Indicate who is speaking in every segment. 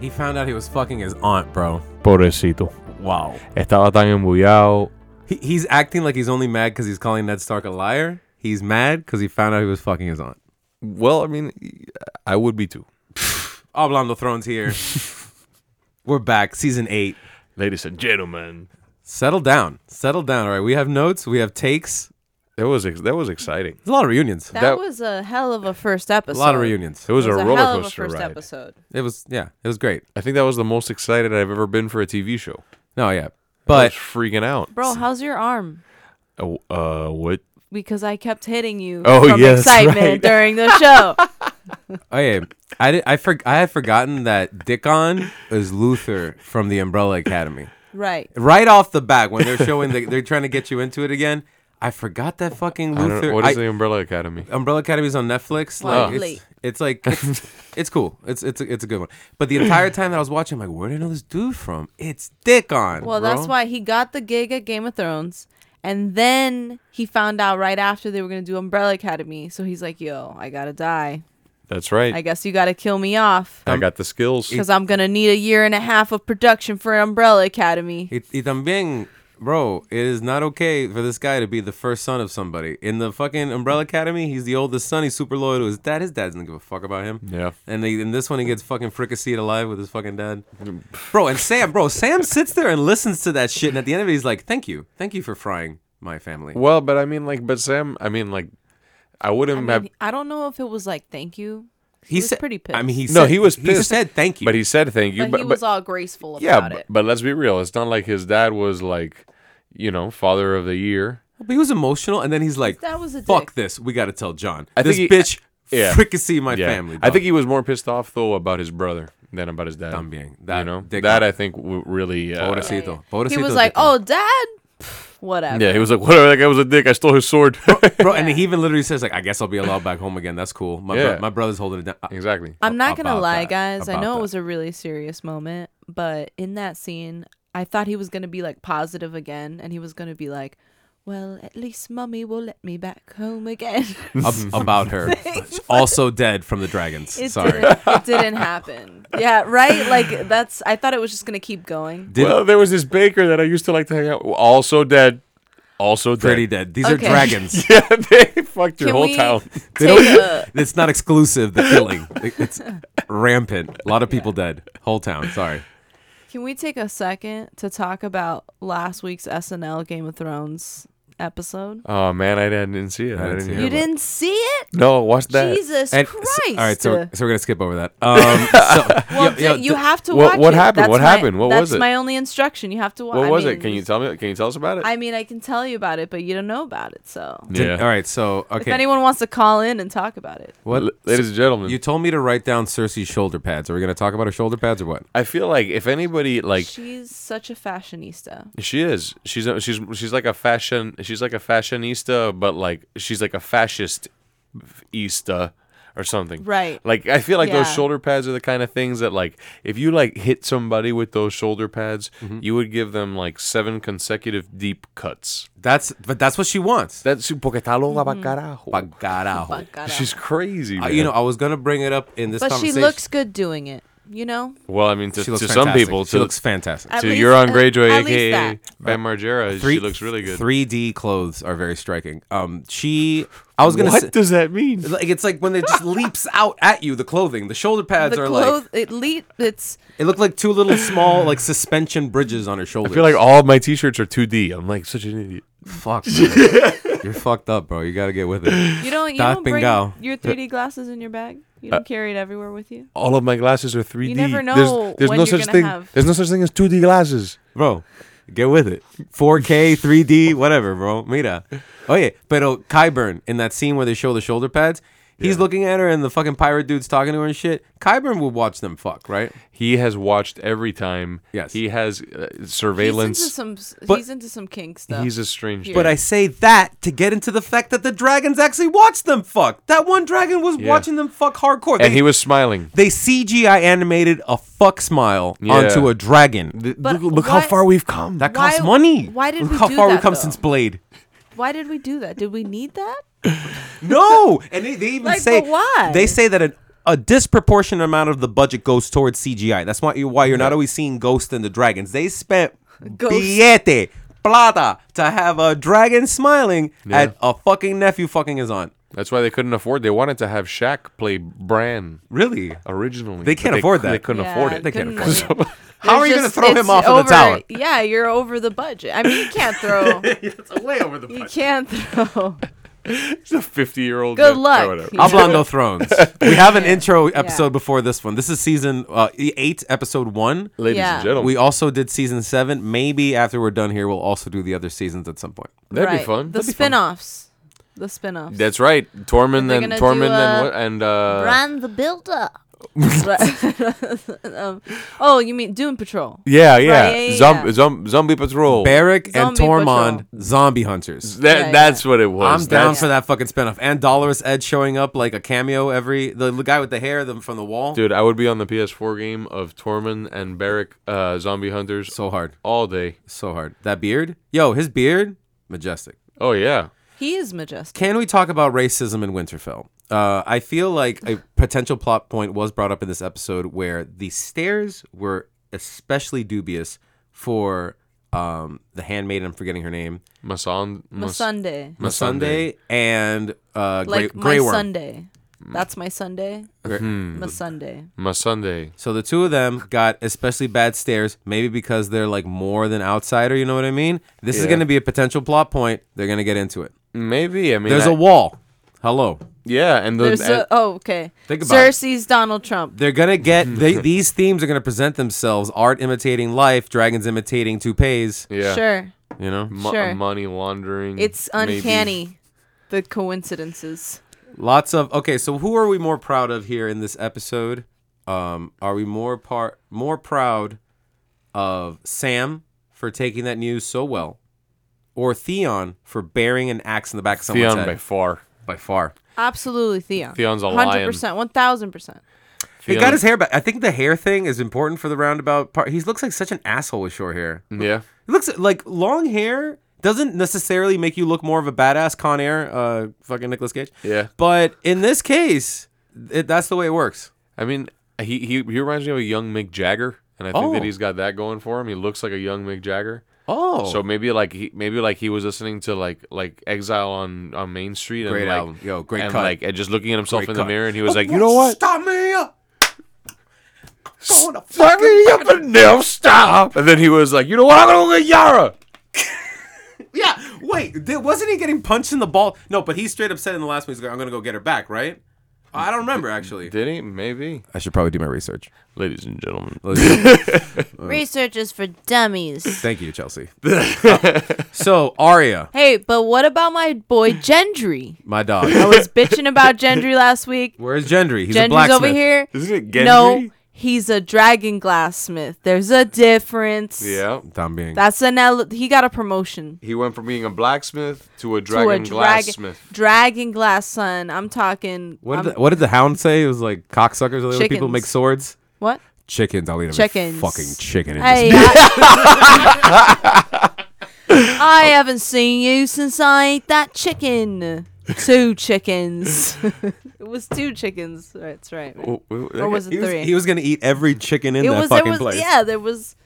Speaker 1: he found out he was fucking his aunt, bro.
Speaker 2: Pobrecito.
Speaker 1: Wow.
Speaker 2: Estaba tan embullado.
Speaker 1: He, he's acting like he's only mad because he's calling Ned Stark a liar. He's mad because he found out he was fucking his aunt.
Speaker 2: Well, I mean, I would be too.
Speaker 1: Oblong the Throne's here. We're back, season eight.
Speaker 2: Ladies and gentlemen,
Speaker 1: Settle down. Settle down. All right. We have notes. We have takes.
Speaker 2: that was ex- that was exciting.
Speaker 1: There's a lot of reunions.
Speaker 3: That,
Speaker 2: That-
Speaker 3: was a hell of a first
Speaker 1: A
Speaker 3: episode.
Speaker 1: lot of reunions.
Speaker 2: It was,
Speaker 3: It was
Speaker 2: a,
Speaker 3: a,
Speaker 2: roller
Speaker 3: hell of a
Speaker 2: coaster
Speaker 3: first
Speaker 2: ride.
Speaker 3: episode.
Speaker 1: It was, yeah, it was great.
Speaker 2: I think that was the most excited I've ever been for a TV show.
Speaker 1: No, yeah.
Speaker 2: I was
Speaker 1: But
Speaker 2: freaking out.
Speaker 3: Bro, how's your arm?
Speaker 2: Oh, Uh, what?
Speaker 3: Because I kept hitting you
Speaker 2: Oh,
Speaker 3: from
Speaker 2: yeah, that's
Speaker 3: excitement
Speaker 2: right.
Speaker 3: during the show.
Speaker 1: Oh yeah, I did, I for, I had forgotten that Dickon is Luther from the Umbrella Academy.
Speaker 3: right.
Speaker 1: Right off the bat, when they're showing, the, they're trying to get you into it again. I forgot that fucking
Speaker 2: I don't
Speaker 1: Luther.
Speaker 2: know. What is Oh.
Speaker 1: I-
Speaker 2: the Umbrella Academy?
Speaker 1: Umbrella Academy's on Netflix.
Speaker 3: Wow.
Speaker 1: Like it's, it's like it's, it's cool. It's it's a, it's a good one. But the entire time that I was watching, I'm like, where did I know this dude from? It's Dickon. bro.
Speaker 3: Well, that's why he got the gig at Game of Thrones. And then he found out right after they were going to do Umbrella Academy. So he's like, yo, I got to die.
Speaker 2: That's right.
Speaker 3: I guess you got to kill me off
Speaker 2: I got the skills.
Speaker 3: because I'm going to need a year and a half of production for Umbrella Academy.
Speaker 1: Y, y también, bro, it is not okay for this guy to be the first son of somebody. In the fucking Umbrella Academy, he's the oldest son. He's super loyal to his dad. His dad doesn't give a fuck about him.
Speaker 2: Yeah.
Speaker 1: And they, in this one, he gets fucking fricasseed alive with his fucking dad. Bro, and Sam, bro, Sam sits there and listens to that shit. And at the end of it, he's like, thank you. Thank you for frying my family.
Speaker 2: Well, but I mean, like, but Sam, I mean, like, I wouldn't
Speaker 3: I,
Speaker 2: have.
Speaker 3: mean, I don't know if it was like, thank you.
Speaker 1: He
Speaker 3: was
Speaker 1: said-
Speaker 3: pretty
Speaker 1: I mean, he
Speaker 2: no,
Speaker 1: said,
Speaker 2: he was pissed.
Speaker 1: He said thank you.
Speaker 2: but he said thank you.
Speaker 3: But,
Speaker 2: But,
Speaker 3: he
Speaker 2: but-
Speaker 3: was all graceful about
Speaker 2: yeah,
Speaker 3: it.
Speaker 2: but, but let's be real. It's not like his dad was like, you know, father of the year.
Speaker 1: But he was emotional, and then he's like,
Speaker 3: That was a
Speaker 1: fuck
Speaker 3: dick.
Speaker 1: this. We got to tell John.
Speaker 2: I
Speaker 1: this
Speaker 2: think he-
Speaker 1: bitch
Speaker 2: yeah.
Speaker 1: fricasseed my family.
Speaker 2: I
Speaker 1: dog."
Speaker 2: think he was more pissed off though about his brother than about his dad.
Speaker 1: También. That
Speaker 2: you know,
Speaker 1: dick-
Speaker 2: that I think w- really. Uh,
Speaker 1: Pobrecito.
Speaker 3: he
Speaker 1: Pobrecito
Speaker 3: was like,
Speaker 1: Dickon.
Speaker 3: oh, dad? Pff, Whatever.
Speaker 2: yeah, he was like, whatever. That guy was a dick. I stole his sword.
Speaker 1: bro. And he even literally says like, "I guess I'll be allowed back home again. That's cool. My bro-
Speaker 2: Yeah.
Speaker 1: my brother's holding it down." uh, I-
Speaker 2: exactly.
Speaker 3: I'm not gonna
Speaker 1: about
Speaker 3: lie,
Speaker 1: that,
Speaker 3: guys. I
Speaker 1: about
Speaker 3: know
Speaker 1: that.
Speaker 3: it was a really serious moment, but in that scene, I thought he was gonna be like positive again, and he was gonna be like, "Well, at least mommy will let me back home again."
Speaker 1: ab- about her, also dead from the dragons.
Speaker 3: it
Speaker 1: Sorry.
Speaker 3: didn't. It didn't happen. Yeah, right. Like that's. I thought it was just gonna keep going.
Speaker 1: Did-
Speaker 2: well, there was this baker that I used to like to hang out. With. Also dead. Also dead.
Speaker 1: Pretty dead. These
Speaker 3: Okay.
Speaker 1: are dragons.
Speaker 2: yeah, they fucked your
Speaker 3: Can
Speaker 2: whole
Speaker 3: we
Speaker 2: town.
Speaker 3: take a-
Speaker 1: It's not exclusive. The killing. It- It's rampant. A lot of people dead. Whole town. Sorry.
Speaker 3: Can we take a second to talk about last week's SNL Game of Thrones episode?
Speaker 2: Oh man, I didn't, didn't see it.
Speaker 1: didn't
Speaker 2: I didn't,
Speaker 1: see
Speaker 2: hear
Speaker 1: it.
Speaker 3: You
Speaker 2: about it.
Speaker 3: didn't see it?
Speaker 2: No, watch that.
Speaker 3: Jesus
Speaker 1: And-
Speaker 3: Christ!
Speaker 1: all right, so so we're gonna skip over that. Um, so,
Speaker 3: Well,
Speaker 1: yo- yo,
Speaker 3: d- you
Speaker 1: th-
Speaker 3: have to
Speaker 2: What-
Speaker 3: watch
Speaker 2: what
Speaker 3: it.
Speaker 2: happened?
Speaker 3: That's
Speaker 2: What
Speaker 3: my-
Speaker 2: happened? What was
Speaker 3: That's
Speaker 2: it?
Speaker 3: my only instruction. You have to watch.
Speaker 2: What
Speaker 3: I
Speaker 2: was
Speaker 3: mean,
Speaker 2: it? Can you tell me? Can you tell us about it?
Speaker 3: I mean, I can tell you about it, but you don't know about it. So,
Speaker 1: did- All right. So
Speaker 3: if
Speaker 1: okay.
Speaker 3: anyone wants to call in and talk about it,
Speaker 1: What?
Speaker 2: ladies and gentlemen,
Speaker 1: You told me to write down Cersei's shoulder pads. Are we gonna talk about her shoulder pads or what?
Speaker 2: I feel like if anybody like
Speaker 3: she's such a fashionista.
Speaker 2: she is, she's a, she's she's like a fashion, she's like a fashionista, but like she's like a fascist ista or something.
Speaker 3: Right.
Speaker 2: Like I feel like those
Speaker 3: Yeah.
Speaker 2: shoulder pads are the kind of things that like if you like hit somebody with those shoulder pads,
Speaker 1: Mm-hmm.
Speaker 2: you would give them like seven consecutive deep cuts.
Speaker 1: That's but that's what she wants.
Speaker 2: That's porque está loca
Speaker 3: Mm-hmm.
Speaker 2: pa' carajo.
Speaker 1: Pa' carajo.
Speaker 3: Bacala.
Speaker 2: She's crazy.
Speaker 1: Uh,
Speaker 2: Man.
Speaker 1: you know, I was gonna bring it up in this
Speaker 3: but she
Speaker 1: conversation.
Speaker 3: looks good doing it. You know,
Speaker 2: well, I mean, to,
Speaker 1: She looks
Speaker 2: to some
Speaker 1: fantastic.
Speaker 2: people,
Speaker 1: she
Speaker 2: to,
Speaker 1: looks fantastic.
Speaker 3: At
Speaker 2: to
Speaker 3: least-
Speaker 2: Euron
Speaker 3: at-
Speaker 2: Greyjoy,
Speaker 3: at least
Speaker 2: aka
Speaker 3: that.
Speaker 2: Bam Margera, she looks really good.
Speaker 1: 3D clothes are very striking. Um, she, I was gonna
Speaker 2: what
Speaker 1: say,
Speaker 2: does that mean?
Speaker 1: like it's like when it just leaps out at you. The clothing, the shoulder pads
Speaker 3: the
Speaker 1: are
Speaker 3: clothes.
Speaker 1: like
Speaker 3: It le- It's
Speaker 1: it looked like two little small like suspension bridges on her shoulders.
Speaker 2: I feel like oh, all of my T-shirts are 2D. I'm like such an idiot.
Speaker 1: fuck, man. you're fucked up, bro. You gotta get with it.
Speaker 3: you don't you
Speaker 1: Stop
Speaker 3: don't
Speaker 1: and
Speaker 3: bring
Speaker 1: go.
Speaker 3: your 3D glasses in your bag. You
Speaker 2: Uh,
Speaker 3: don't carry it everywhere with you.
Speaker 2: All of my glasses are 3D.
Speaker 3: never know
Speaker 2: There's, there's
Speaker 3: when
Speaker 2: no
Speaker 3: you're
Speaker 2: such
Speaker 3: gonna
Speaker 2: thing.
Speaker 3: have-
Speaker 2: There's no such thing as 2D glasses.
Speaker 1: bro. Get with it. 4K, 3D, whatever, bro. Mira. Oh yeah, pero Kyburn in that scene where they show the shoulder pads, he's looking at her and the fucking pirate dude's talking to her and shit. Kyburn would watch them fuck, right?
Speaker 2: He has watched every time.
Speaker 1: Yes.
Speaker 2: He has uh,
Speaker 3: He's into
Speaker 2: surveillance.
Speaker 3: some. s-
Speaker 1: But-
Speaker 3: he's into some kink stuff.
Speaker 2: He's a strange.
Speaker 1: But I say that to get into the fact that the dragons actually watched them fuck. That one dragon was watching them fuck hardcore.
Speaker 2: and
Speaker 1: They,
Speaker 2: he was smiling.
Speaker 1: they CGI animated a fuck smile
Speaker 2: Yeah.
Speaker 1: onto a dragon.
Speaker 3: But
Speaker 2: look look how
Speaker 3: what-
Speaker 2: far we've come.
Speaker 1: That
Speaker 3: Why-
Speaker 1: costs money.
Speaker 3: why did
Speaker 1: Look
Speaker 3: we
Speaker 1: how
Speaker 3: do
Speaker 1: far we've
Speaker 3: that,
Speaker 1: come
Speaker 3: though?
Speaker 1: since Blade.
Speaker 3: Why did we do that? Did we need that?
Speaker 1: No, and they, they even
Speaker 3: Like,
Speaker 1: say
Speaker 3: but why?
Speaker 1: they say that an a disproportionate amount of the budget goes towards CGI. That's why you why you're not always seeing Ghost and the Dragons. They spent
Speaker 3: Ghost.
Speaker 1: billete plata to have a dragon smiling at a fucking nephew fucking his aunt.
Speaker 2: That's why they couldn't afford. They wanted to have Shaq play Bran
Speaker 1: Really?
Speaker 2: originally.
Speaker 1: They
Speaker 2: but
Speaker 1: can't afford that.
Speaker 2: They couldn't
Speaker 3: Yeah,
Speaker 2: afford it.
Speaker 1: They can't
Speaker 3: couldn't-
Speaker 1: afford
Speaker 2: So-
Speaker 1: How are
Speaker 3: There's
Speaker 1: you gonna
Speaker 3: just-
Speaker 1: throw him
Speaker 3: it's
Speaker 1: off of the
Speaker 3: over-
Speaker 1: tower?
Speaker 3: Yeah, you're over the budget. I mean, you can't throw.
Speaker 1: It's way over the
Speaker 3: you can't throw.
Speaker 2: He's a 50 year old.
Speaker 3: Good luck.
Speaker 1: Oblongo Thrones. We have an intro episode
Speaker 3: Yeah.
Speaker 1: before this one. This is season uh, eight, episode one.
Speaker 2: Ladies
Speaker 3: Yeah.
Speaker 2: and gentlemen.
Speaker 1: We also did season seven. Maybe after we're done here, we'll also do the other seasons at some point.
Speaker 2: That'd be
Speaker 3: Right.
Speaker 2: fun.
Speaker 3: The
Speaker 2: That'd be fun.
Speaker 3: spin-offs. The spin-offs.
Speaker 2: That's right. Tormund
Speaker 3: They're
Speaker 2: and
Speaker 3: gonna do,
Speaker 2: Tormund
Speaker 3: uh,
Speaker 2: and what and uh
Speaker 3: Bran the Builder. Right. um, oh, you mean Doom Patrol?
Speaker 2: Yeah, yeah.
Speaker 3: yeah, yeah,
Speaker 2: Zom-
Speaker 3: yeah.
Speaker 2: zom- zombie patrol.
Speaker 1: Barrack and
Speaker 3: Zombie
Speaker 1: Tormund, zombie hunters.
Speaker 2: that,
Speaker 3: Yeah,
Speaker 2: that's what it was.
Speaker 1: I'm down
Speaker 2: That's-
Speaker 1: for that fucking spinoff. And Dolores Ed showing up like a cameo every the guy with the hair the, from the wall.
Speaker 2: Dude, I would be on the PS4 game of Tormund and Barrack uh, zombie hunters
Speaker 1: So hard,
Speaker 2: all day.
Speaker 1: so hard. That beard, yo, his beard, majestic.
Speaker 2: Oh yeah.
Speaker 3: He is majestic.
Speaker 1: Can we talk about racism in Winterfell? Uh, I feel like a potential plot point was brought up in this episode where the stairs were especially dubious for um, the handmaiden. I'm forgetting her name.
Speaker 2: Masan
Speaker 3: My
Speaker 2: Mas-
Speaker 3: Sunday.
Speaker 1: Masunday and uh,
Speaker 3: Like
Speaker 1: Grey, Grey
Speaker 3: my
Speaker 1: Worm.
Speaker 3: Sunday.
Speaker 2: Mm.
Speaker 3: That's my Sunday.
Speaker 1: Grey-
Speaker 3: My Sunday.
Speaker 2: Masunday.
Speaker 1: So the two of them got especially bad stares, maybe because they're like more than outsider. You know what I mean? This is
Speaker 2: Yeah.
Speaker 1: going to be a potential plot point. They're going to get into it.
Speaker 2: Maybe I mean
Speaker 1: There's
Speaker 2: I-
Speaker 1: a wall. Hello.
Speaker 2: yeah, and those
Speaker 3: There's a, oh, okay.
Speaker 1: Think about it.
Speaker 3: Cersei's Donald Trump.
Speaker 1: They're gonna get they, these themes are gonna present themselves: art imitating life, dragons imitating toupees.
Speaker 2: yeah.
Speaker 3: Sure.
Speaker 1: You know,
Speaker 2: Mo-
Speaker 3: Sure.
Speaker 2: money laundering.
Speaker 3: It's
Speaker 2: maybe.
Speaker 3: uncanny the coincidences.
Speaker 1: lots of okay. So who are we more proud of here in this episode? Um, are we more part more proud of Sam for taking that news so well, or Theon for bearing an axe in the back of someone's head?
Speaker 2: Theon by far.
Speaker 1: by far,
Speaker 3: Absolutely, Theon.
Speaker 2: Theon's a lion.
Speaker 3: 100%, 1000%.
Speaker 1: he
Speaker 2: Theon-
Speaker 1: got his hair back. I think the hair thing is important for the roundabout part. He looks like such an asshole with short hair.
Speaker 2: Yeah.
Speaker 1: It looks like long hair doesn't necessarily make you look more of a badass Con Air, uh, fucking Nicolas Cage.
Speaker 2: Yeah.
Speaker 1: But in this case, it, that's the way it works.
Speaker 2: I mean, he, he he reminds me of a young Mick Jagger, and I think
Speaker 1: Oh.
Speaker 2: that he's got that going for him. He looks like a young Mick Jagger.
Speaker 1: Oh,
Speaker 2: So maybe like he maybe like he was listening to like like Exile on on Main Street and
Speaker 1: Great
Speaker 2: like
Speaker 1: album. Yo, great
Speaker 2: and
Speaker 1: cut.
Speaker 2: like and just looking at himself
Speaker 1: Great
Speaker 2: in
Speaker 1: cut.
Speaker 2: the mirror and he was like, you know Oh, what?
Speaker 1: Stop me!
Speaker 2: Fuck me up and now stop. And then he was like, you know what? I'm gonna go get Yara.
Speaker 1: Yeah, wait, did, wasn't he getting punched in the ball? No, but he straight up said in the last one, he's like, I'm gonna go get her back, right? I don't remember actually.
Speaker 2: Did he? Maybe.
Speaker 1: I should probably do my research.
Speaker 2: Ladies and gentlemen,
Speaker 3: Research is for dummies.
Speaker 1: Thank you, Chelsea. so Aria,
Speaker 3: hey, but what about my boy Gendry?
Speaker 1: my dog.
Speaker 3: I was bitching about Gendry last week.
Speaker 1: Where's Gendry? He's a
Speaker 3: Gendry's
Speaker 1: blacksmith.
Speaker 3: over here.
Speaker 2: isn't it
Speaker 3: No, he's a dragon glassmith. There's a difference.
Speaker 2: Yeah.
Speaker 1: Tom being.
Speaker 3: That's an ele- he got a promotion
Speaker 2: He went from being a blacksmith to a
Speaker 3: to a
Speaker 2: dragon
Speaker 3: dragon
Speaker 2: glassmith.
Speaker 3: dragon glass son. I'm talking
Speaker 1: What
Speaker 3: I'm-
Speaker 1: did, the, what did the hound say? It was like cocksuckers. or Other people
Speaker 3: Um, Chickens.
Speaker 1: make swords.
Speaker 3: what?
Speaker 1: Chickens. I'll eat a
Speaker 3: Chickens.
Speaker 1: fucking chicken. In
Speaker 3: Hey,
Speaker 1: this.
Speaker 3: I, I haven't seen you since I ate that chicken. Two chickens. it was two chickens. That's right. right.
Speaker 2: Oh, wait, that guy-
Speaker 3: Or was it
Speaker 1: He was,
Speaker 3: three?
Speaker 1: he was gonna eat every chicken in
Speaker 3: it
Speaker 1: that
Speaker 3: was. There
Speaker 1: fucking
Speaker 3: was.
Speaker 1: place.
Speaker 3: Yeah, there was.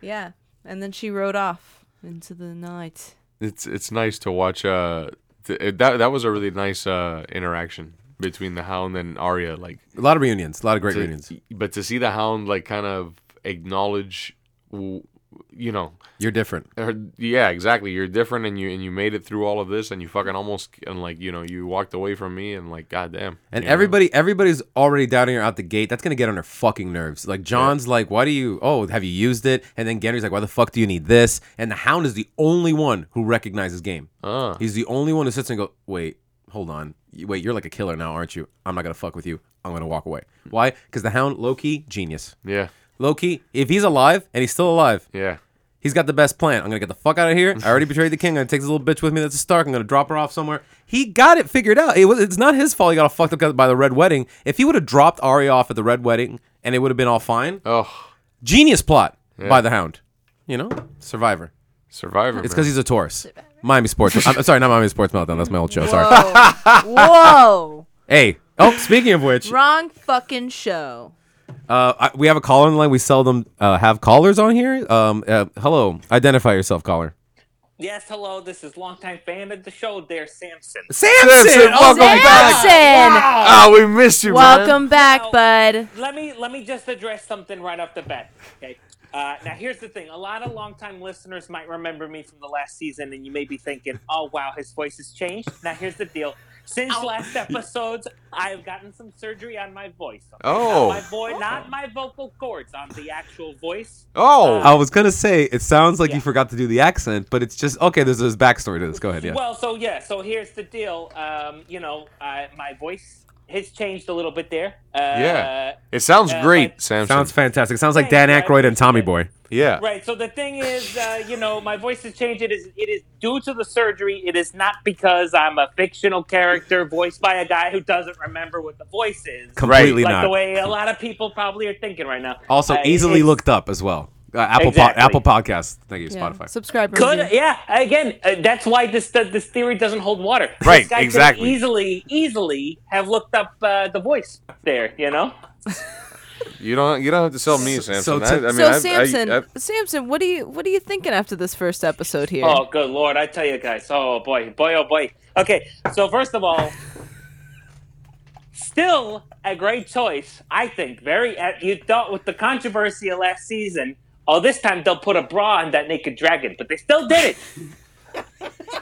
Speaker 3: Yeah, and then she rode off into the night.
Speaker 2: it's it's nice to watch. Uh, th- it- that that was a really nice uh interaction between the Hound and Arya. Like,
Speaker 1: A lot of reunions. A lot of great
Speaker 2: to-
Speaker 1: reunions.
Speaker 2: but to see the Hound like kind of acknowledge, w- you know,
Speaker 1: You're different.
Speaker 2: her, yeah, exactly. You're different, and you and you made it through all of this, and you fucking almost and like you know you walked away from me, and like goddamn.
Speaker 1: And
Speaker 2: you know?
Speaker 1: everybody, everybody's already doubting her out the gate. That's gonna get on her fucking nerves. Like John's like, why do you? Oh, have you used it? And then Gendry's like, why the fuck do you need this? And the Hound is the only one who recognizes game.
Speaker 2: Ah.
Speaker 1: He's the only one who sits and goes, wait, hold on. You- Wait, you're like a killer now, aren't you? I'm not gonna fuck with you. I'm gonna walk away. Why? Because the Hound, low key, genius.
Speaker 2: yeah,
Speaker 1: Loki, if he's alive and he's still alive,
Speaker 2: yeah.
Speaker 1: he's got the best plan. I'm gonna get the fuck out of here. I already betrayed the king. I'm gonna take this little bitch with me. That's a Stark. I'm gonna drop her off somewhere. He got it figured out. It was. It's not his fault. He got all fucked up by the red wedding. If he would have dropped Arya off at the red wedding, and it would have been all fine.
Speaker 2: Oh,
Speaker 1: Genius plot by the Hound. You know, Survivor.
Speaker 2: Survivor.
Speaker 1: It's
Speaker 2: man.
Speaker 1: because he's a Taurus. Miami Sports. I'm, I'm sorry, not Miami Sports Meltdown. That's my old show. Sorry.
Speaker 3: Whoa! Whoa!
Speaker 1: Hey, Oh, speaking of which,
Speaker 3: Wrong fucking show.
Speaker 1: uh, I, we have a caller on the line. We seldom uh, have callers on here. Um, uh, hello, identify yourself, caller.
Speaker 4: Yes, hello. This is longtime fan of the show, there, Samson. Oh,
Speaker 1: Samson,
Speaker 2: Samson, welcome
Speaker 1: my God.
Speaker 2: back.
Speaker 3: Samson!
Speaker 2: Ah, we missed you, man.
Speaker 3: Welcome back, bud.
Speaker 4: Let me let me just address something right off the bat. Okay. Uh, now here's the thing. A lot of longtime listeners might remember me from the last season, and you may be thinking, "Oh wow, his voice has changed." Now here's the deal. Since last episodes, I've gotten some surgery on my voice. okay?
Speaker 2: Oh.
Speaker 4: Not my boy, not my vocal cords, on the actual voice.
Speaker 2: Oh,
Speaker 1: I was gonna say it sounds like you
Speaker 4: Yeah.
Speaker 1: forgot to do the accent, but it's just okay. There's this backstory to this. Go ahead, yeah.
Speaker 4: Well, so yeah, so here's the deal. Um, you know, uh, my voice has changed a little bit there. Uh,
Speaker 2: Yeah. it sounds
Speaker 4: Uh,
Speaker 2: great,
Speaker 4: like-
Speaker 2: Samson.
Speaker 1: sounds fantastic. Sounds like Dan
Speaker 4: Thanks, guys.
Speaker 1: Aykroyd and Tommy Boy.
Speaker 2: yeah.
Speaker 4: Right. So the thing is, uh, you know, my voice has changed. It is it is due to the surgery. It is not because I'm a fictional character voiced by a guy who doesn't remember what the voice is.
Speaker 1: Completely
Speaker 4: Like the
Speaker 1: not.
Speaker 4: way a lot of people probably are thinking right now.
Speaker 1: Also,
Speaker 4: Uh,
Speaker 1: easily
Speaker 4: it's-
Speaker 1: looked up as well. Uh, Apple Pod,
Speaker 4: Exactly.
Speaker 1: Apple Podcast. Thank you,
Speaker 3: Yeah.
Speaker 1: Spotify.
Speaker 3: Subscribe.
Speaker 4: Could
Speaker 3: review.
Speaker 4: yeah. Again, uh, that's why this th- this theory doesn't hold water. This
Speaker 2: Right,
Speaker 4: guy could
Speaker 2: exactly.
Speaker 4: Easily, easily have looked up uh, the voice there. You know.
Speaker 2: You don't you don't have to sell me,
Speaker 1: So-
Speaker 2: Samson.
Speaker 1: so
Speaker 2: I, I
Speaker 1: to-
Speaker 2: mean,
Speaker 3: so
Speaker 2: I,
Speaker 3: Samson,
Speaker 2: I, I,
Speaker 3: Samson, what are you what are you thinking after this first episode here?
Speaker 4: Oh, good lord! I tell you guys. Oh boy, boy, oh boy. Okay, so first of all, still a great choice, I think. Very. uh, You dealt with the controversy of last season. Oh, this time they'll put a bra on that naked dragon, but they still did it.